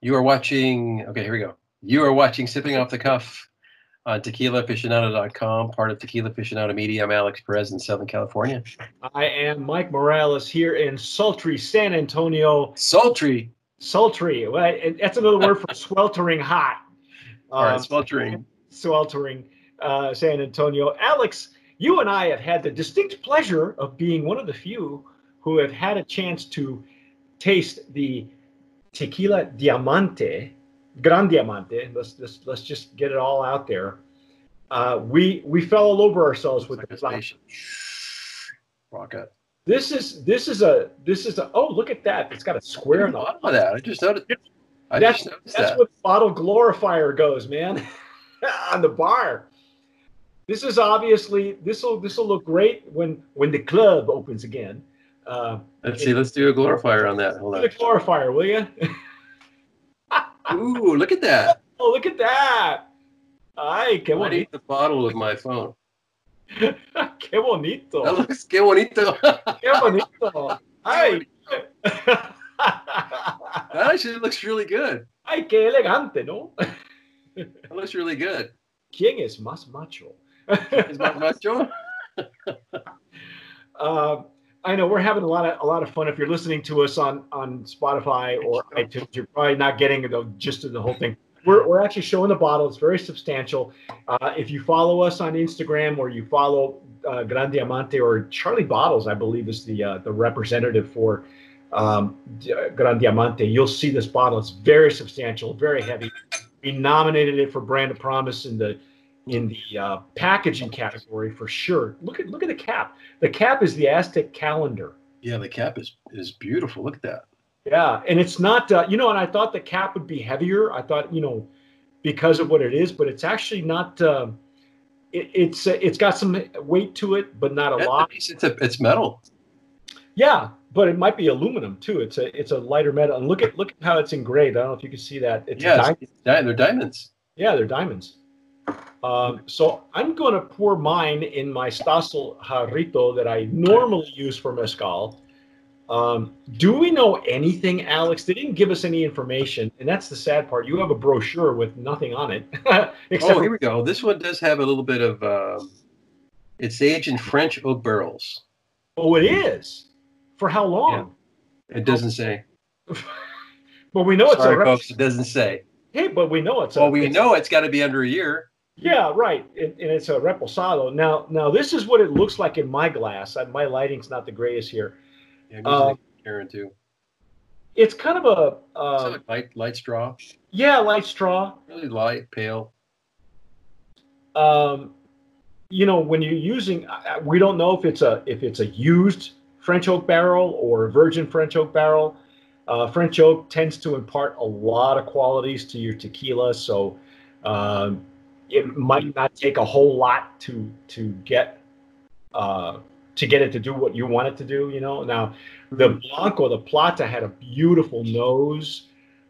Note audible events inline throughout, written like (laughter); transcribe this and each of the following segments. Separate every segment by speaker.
Speaker 1: You are watching, okay, here we go. You are watching Sipping Off the Cuff on tequilaaficionado.com, part of Tequila Aficionado Media. I'm Alex Perez in Southern California.
Speaker 2: I am Mike Morales here in sultry San Antonio.
Speaker 1: Sultry.
Speaker 2: Sultry. well, and That's another word
Speaker 1: (laughs)
Speaker 2: for sweltering hot.
Speaker 1: All right,
Speaker 2: Um,
Speaker 1: sweltering.
Speaker 2: sweltering uh, San Antonio. Alex, you and I have had the distinct pleasure of being one of the few who have had a chance to taste the tequila diamante, gran diamante. Let's let's, let's just get it all out there. Uh, we we fell all over ourselves with
Speaker 1: Like a
Speaker 2: the flash.
Speaker 1: spaceship. Rocket.
Speaker 2: This is this is a this is a oh look at that! It's got a square
Speaker 1: Where in
Speaker 2: in the
Speaker 1: the bottom of that? I just noticed. I
Speaker 2: That's-
Speaker 1: just noticed
Speaker 2: That's
Speaker 1: that.
Speaker 2: where the bottle glorifier goes, man, (laughs) on the bar. This is obviously this will this will look great when when the club opens again. Uh,
Speaker 1: Let's see. Let's do a glorifier on that. Hold
Speaker 2: do
Speaker 1: on.
Speaker 2: the glorifier, will you?
Speaker 1: Ooh, look at that.
Speaker 2: (laughs) oh, look at that! Ay, qué
Speaker 1: I want to
Speaker 2: bonito!
Speaker 1: eat the bottle with my phone.
Speaker 2: (laughs) qué
Speaker 1: That
Speaker 2: bonito!
Speaker 1: looks que bonito. (laughs) that
Speaker 2: Qué bonito! Ay.
Speaker 1: actually looks really good.
Speaker 2: (laughs) Ay, qué elegante, ¿no?
Speaker 1: That looks really good.
Speaker 2: ¿Quién es más macho?
Speaker 1: Is my
Speaker 2: (laughs)
Speaker 1: macho?
Speaker 2: uh, I know we're having a lot of a lot of fun. If you're listening to us on on Spotify or iTunes, you're probably not getting the gist of the whole thing. We're, we're actually showing the bottle. It's very substantial. Uh, if you follow us on Instagram or you follow uh, Gran Diamante or Charlie Bottles, I believe is the uh, the representative for um, D- uh, Gran Diamante. You'll see this bottle. It's very substantial, very heavy. We nominated it for Brand of Promise in the in the uh, packaging category for sure. Look at look at the cap. The cap is the Aztec calendar.
Speaker 1: Yeah, the cap is is beautiful. Look at that.
Speaker 2: Yeah, and it's not. Uh, you know, and I thought the cap would be heavier. I thought you know because of what it is, but it's actually not. Uh, it, it's uh, it's got some weight to it, but not a
Speaker 1: That's
Speaker 2: lot.
Speaker 1: nice. It's a, it's metal.
Speaker 2: Yeah, but it might be aluminum too. It's a it's a lighter metal. And look at look at how it's engraved. I don't know if you can see that. It's a
Speaker 1: yeah,
Speaker 2: di-
Speaker 1: it's, it's di- they're diamonds.
Speaker 2: yeah, they're diamonds. Um, so I'm going to pour mine in my Stasel Jarrito that I normally use for mezcal. Um, do we know anything, Alex? They didn't give us any information, and that's the sad part. You have a brochure with nothing on it, (laughs) except
Speaker 1: oh, here we go. This one does have a little bit of. Um, it's aged in French oak barrels.
Speaker 2: oh, it is for how long?
Speaker 1: It doesn't say.
Speaker 2: But we know Oh, it's
Speaker 1: Sorry,
Speaker 2: a rep-
Speaker 1: folks. It doesn't say.
Speaker 2: hey, but we know it's a
Speaker 1: Well, we
Speaker 2: it's-
Speaker 1: know it's got to be under a year.
Speaker 2: Yeah, right. And, and it's a reposado. Now, now this is what it looks like in my glass. I, my lighting's not the greatest here.
Speaker 1: Yeah,
Speaker 2: Uh,
Speaker 1: uh, Karen too.
Speaker 2: It's kind of a
Speaker 1: It's
Speaker 2: uh,
Speaker 1: like light light straw,
Speaker 2: Yeah, light straw.
Speaker 1: really light, pale.
Speaker 2: Um, you know, when you're using, I- I- we don't know if it's a if it's a used French oak barrel or a virgin French oak barrel. Uh, French oak tends to impart a lot of qualities to your tequila, so um, it might not take a whole lot to to get uh, to get it to do what you want it to do. You know, now the Blanco, the Plata had a beautiful nose,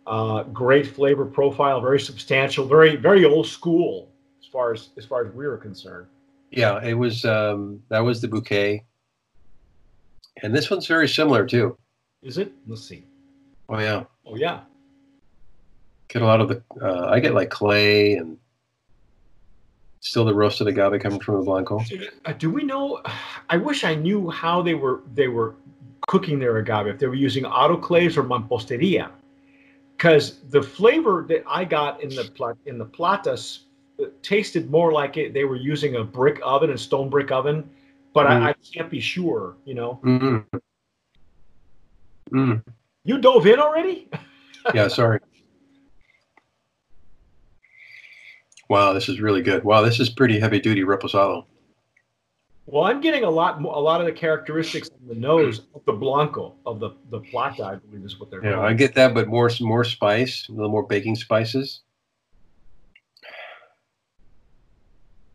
Speaker 2: uh, great flavor profile, very substantial, very very old school as far as as far as we were concerned.
Speaker 1: Yeah, it was. Um, that was the bouquet. And this one's very similar too.
Speaker 2: Is it? Let's see.
Speaker 1: Oh yeah,
Speaker 2: Oh yeah,
Speaker 1: get a lot of the. Uh, I get like clay and still the roasted agave coming from the blanco.
Speaker 2: Uh, do we know? (sighs) I wish I knew how they were they were cooking their agave if they were using autoclaves or mamposteria, because the flavor that I got in the pla- in the platas uh, tasted more like it, they were using a brick oven, a stone brick oven, but I, I can't be sure. You know,
Speaker 1: Mm. Mm.
Speaker 2: you dove in already. (laughs)
Speaker 1: Yeah, sorry. Wow, this is really good. Wow, this is pretty heavy duty reposado.
Speaker 2: Well, I'm getting a lot more, a lot of the characteristics in the nose of the blanco of the the plata, I believe is what they're
Speaker 1: Yeah,
Speaker 2: called.
Speaker 1: I get that, but more more spice, a little more baking spices,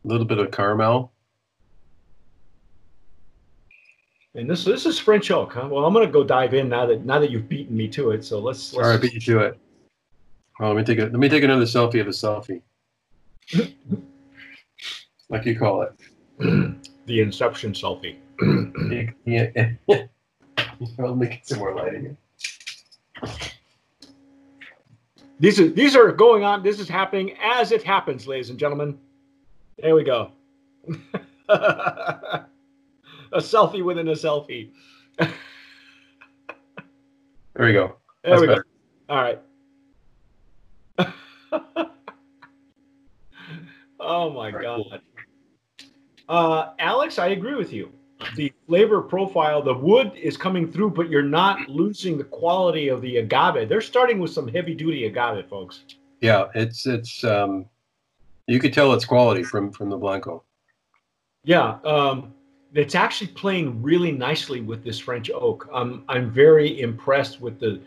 Speaker 1: a little bit of caramel.
Speaker 2: And this this is French oak, huh? Well, I'm gonna go dive in now that now that you've beaten me to it. So let's.
Speaker 1: Sorry, I
Speaker 2: let's
Speaker 1: beat you to it. Well, let me take a, let me take another selfie of a selfie, like you call it.
Speaker 2: the inception selfie.
Speaker 1: Yeah, (laughs) yeah. Let me get some more lighting.
Speaker 2: These are these are going on. This is happening as it happens, ladies and gentlemen. There we go. (laughs) a selfie within a selfie.
Speaker 1: There we go.
Speaker 2: There
Speaker 1: That's
Speaker 2: we
Speaker 1: better.
Speaker 2: go. All right. (laughs) oh my
Speaker 1: Very
Speaker 2: god.
Speaker 1: cool.
Speaker 2: Uh, Alex, I agree with you. The flavor profile, the wood is coming through, but you're not losing the quality of the agave. They're starting with some heavy duty agave, folks.
Speaker 1: Yeah, it's it's um, you could tell it's quality from from the blanco.
Speaker 2: Yeah, um, it's actually playing really nicely with this French oak. Um, I'm very impressed with the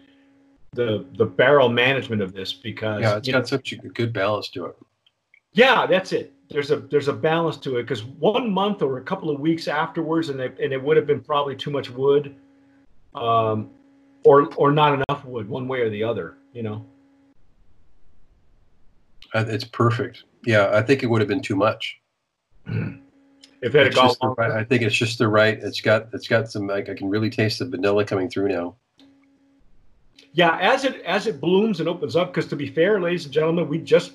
Speaker 2: the the barrel management of this because
Speaker 1: Yeah, it's
Speaker 2: you know,
Speaker 1: got such a good balance to it.
Speaker 2: Yeah, that's it. There's a there's a balance to it because one month or a couple of weeks afterwards, and it, and it would have been probably too much wood, um, or or not enough wood, one way or the other. You know.
Speaker 1: Uh, It's perfect. Yeah, I think it would have been too much.
Speaker 2: If it had
Speaker 1: It's
Speaker 2: gone
Speaker 1: just the right-
Speaker 2: longer.
Speaker 1: I think it's just the right. It's got it's got some like I can really taste the vanilla coming through now.
Speaker 2: yeah, as it as it blooms and opens up. Because to be fair, ladies and gentlemen, we just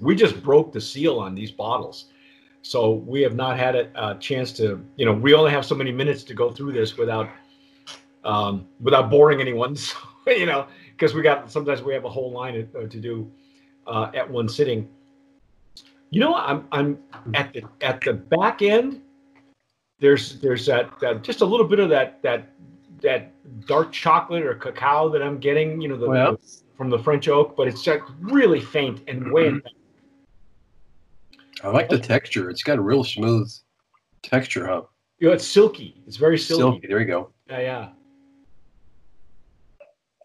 Speaker 2: we just broke the seal on these bottles, so we have not had a, a chance to. You know, we only have so many minutes to go through this without um, without boring anyone. (laughs) So, you know, because we got sometimes we have a whole line to, to do uh, at one sitting. You know, I'm I'm at the at the back end. There's there's that, that just a little bit of that that that dark chocolate or cacao that I'm getting. You know, the,
Speaker 1: Well.
Speaker 2: from the French oak, but it's like really faint and way. in
Speaker 1: I like the texture. It's got a real smooth texture, huh?
Speaker 2: You know, it's silky. It's very silky.
Speaker 1: Silky. There you go.
Speaker 2: Yeah, yeah.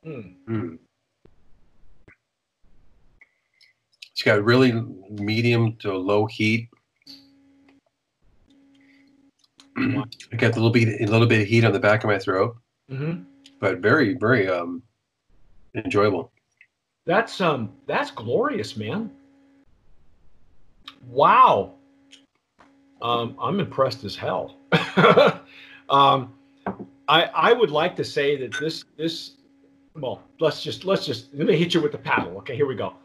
Speaker 2: Hmm.
Speaker 1: Mm. It's got really medium to low heat. I got a little bit a little bit of heat on the back of my throat,
Speaker 2: hmm
Speaker 1: but very very um enjoyable.
Speaker 2: That's um that's glorious, man. Wow. Um, I'm impressed as hell. (laughs) um, I I would like to say that this this well let's just let's just let me hit you with the paddle. Okay, here we go.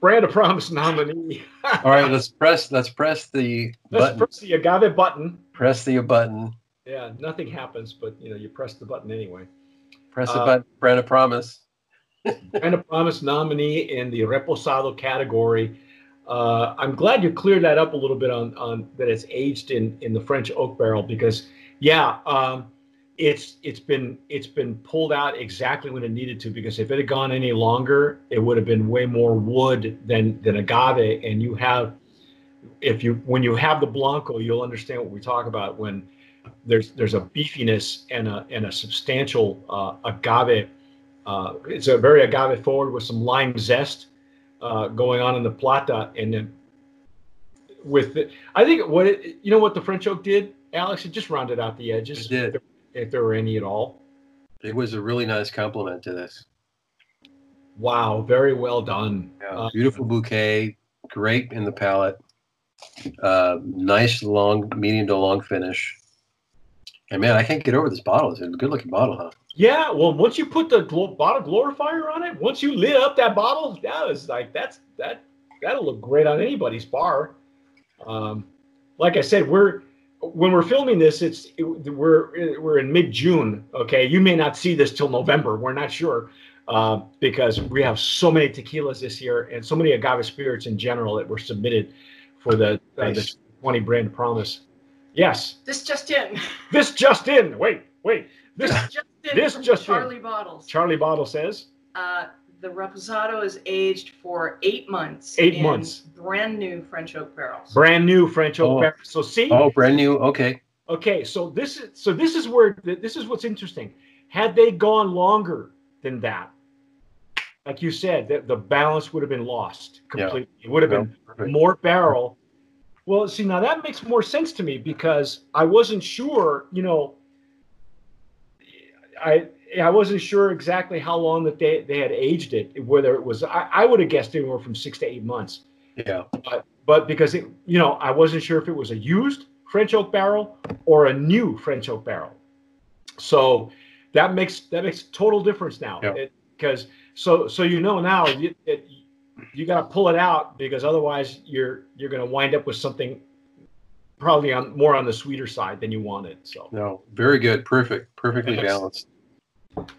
Speaker 2: Brand of Promise nominee. (laughs)
Speaker 1: All right, let's press let's press the
Speaker 2: Let's
Speaker 1: button.
Speaker 2: press the agave button.
Speaker 1: press the button.
Speaker 2: Yeah, nothing happens, but you know you press the button anyway.
Speaker 1: Press the
Speaker 2: Uh,
Speaker 1: button. Brand a promise.
Speaker 2: Brand of Promise nominee in the Reposado category. Uh, I'm glad you cleared that up a little bit on, on that it's aged in in the French oak barrel because yeah, um, it's it's been it's been pulled out exactly when it needed to because if it had gone any longer, it would have been way more wood than than agave. And you have if you when you have the blanco, you'll understand what we talk about when there's there's a beefiness and a and a substantial uh, agave uh, it's a very agave forward with some lime zest uh, going on in the plata, and then with the, I think what it, you know what the French oak did, Alex, it just rounded out the edges.
Speaker 1: It did.
Speaker 2: if there were any at all.
Speaker 1: It was a really nice compliment to this.
Speaker 2: Wow, very well done. Uh,
Speaker 1: Beautiful bouquet, great in the palate, uh, nice long, medium to long finish. And man, I can't get over this bottle. It's a good looking bottle, huh?
Speaker 2: yeah, well, once you put the glo- bottle glorifier on it, once you lit up that bottle, that was like that's that that'll look great on anybody's bar. Um, like I said, we're when we're filming this, it's it, we're we're in mid June. Okay, you may not see this till November. We're not sure uh, because we have so many tequilas this year and so many agave spirits in general that were submitted for the, uh, the
Speaker 1: Nice.
Speaker 2: 20 brand promise. Yes,
Speaker 3: This just in. (laughs)
Speaker 2: this just in. Wait, wait. This
Speaker 3: just in.
Speaker 2: This
Speaker 3: from
Speaker 2: just in.
Speaker 3: Charlie Bottles.
Speaker 2: Charlie Bottle says
Speaker 3: uh, the Reposado is aged for eight months.
Speaker 2: Eight
Speaker 3: in
Speaker 2: months.
Speaker 3: Brand new French oak barrels.
Speaker 2: brand new French oak
Speaker 1: Oh.
Speaker 2: barrel. So see,
Speaker 1: Oh, brand new. Okay.
Speaker 2: Okay, so this is so this is where th- this is what's interesting. Had they gone longer than that, like you said, that the balance would have been lost
Speaker 1: Yeah.
Speaker 2: completely. It would have been
Speaker 1: Perfect.
Speaker 2: more barrel. Well, see, now that makes more sense to me because I wasn't sure, you know, I I wasn't sure exactly how long that they, they had aged it, whether it was I, I would have guessed anywhere from six to eight months
Speaker 1: Yeah.
Speaker 2: but because it, you know, I wasn't sure if it was a used French oak barrel or a new French oak barrel. So that makes that makes total difference now.
Speaker 1: Yeah.
Speaker 2: It, because so so you know now you, it, you got to pull it out because otherwise you're you're going to wind up with something probably on more on the sweeter side than you wanted. So
Speaker 1: No, very good. Perfect. Perfectly balanced.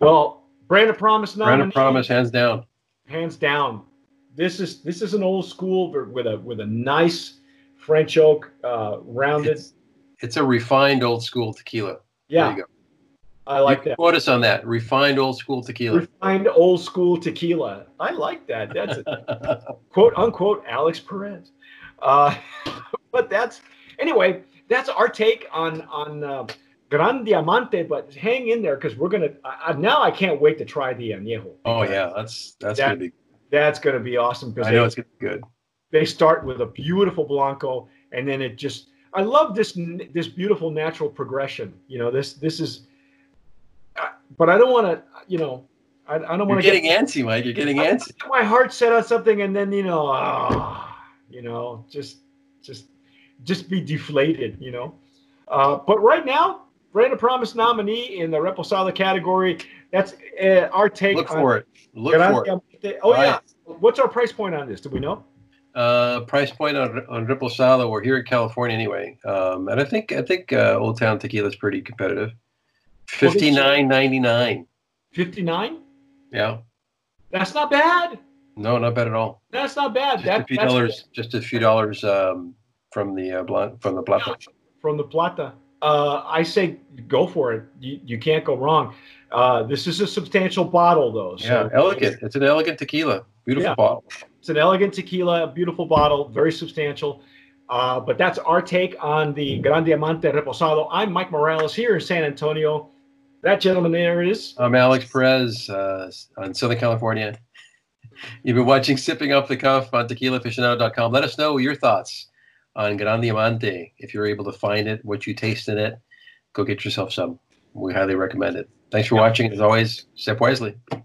Speaker 2: well, brand of promise nominee,
Speaker 1: Brand of promise, hands down.
Speaker 2: hands down. This is this is an old school but with a with a nice French oak uh, rounded.
Speaker 1: It's, it's a refined old school tequila. There
Speaker 2: yeah,
Speaker 1: you go.
Speaker 2: I like
Speaker 1: you
Speaker 2: that.
Speaker 1: can quote us on that. Refined old school tequila.
Speaker 2: Refined old school tequila. I like that. That's
Speaker 1: (laughs)
Speaker 2: a quote unquote Alex Perez. Uh, (laughs) but that's anyway. That's our take on on uh, Gran Diamante. But hang in there because we're gonna I, I, now. I can't wait to try the añejo.
Speaker 1: oh yeah, that's that's
Speaker 2: That-
Speaker 1: gonna be.
Speaker 2: That's gonna be awesome because
Speaker 1: I know it's gonna be good.
Speaker 2: they start with a beautiful blanco and then it just i love this n- this beautiful natural progression you know this this is I- but i don't want to you know i, I don't
Speaker 1: You're
Speaker 2: want to
Speaker 1: getting antsy, Mike. You're getting antsy.
Speaker 2: my heart set on something and then you know ah, you know just just just be deflated you know uh, but right now brand of promise nominee in the reposado category that's uh, our take
Speaker 1: Look
Speaker 2: on
Speaker 1: for it. Look for it.
Speaker 2: oh
Speaker 1: Right.
Speaker 2: yeah what's our price point on this do we know
Speaker 1: Uh, price point on on Reposado. We're here in California anyway, um, and I think I think uh, Old Town Tequila is pretty competitive.
Speaker 2: Well, they-
Speaker 1: Fifty nine ninety nine.
Speaker 2: 59
Speaker 1: Yeah.
Speaker 2: that's not bad
Speaker 1: No, not bad at all.
Speaker 2: That's not bad.
Speaker 1: Just
Speaker 2: That,
Speaker 1: a few
Speaker 2: that's
Speaker 1: dollars. Just a few dollars um, from the uh, blonde, from the
Speaker 2: good.
Speaker 1: Plata.
Speaker 2: from the Plata. Uh, I say go for it. You, you can't go wrong. Uh, this is a substantial bottle, though.
Speaker 1: Yeah, elegant. It's an elegant tequila. Beautiful
Speaker 2: Yeah.
Speaker 1: bottle.
Speaker 2: It's an elegant tequila, a beautiful bottle, very substantial. Uh, but that's our take on the Gran Diamante Reposado. I'm Mike Morales here in San Antonio. That gentleman there is.
Speaker 1: I'm Alex Perez uh, on Southern California. You've been watching Sipping Off the Cuff on tequilaficionado.com. Let us know your thoughts on Gran Diamante. If you're able to find it, what you taste in it, go get yourself some. We highly recommend it. Thanks for watching. As always, sip wisely.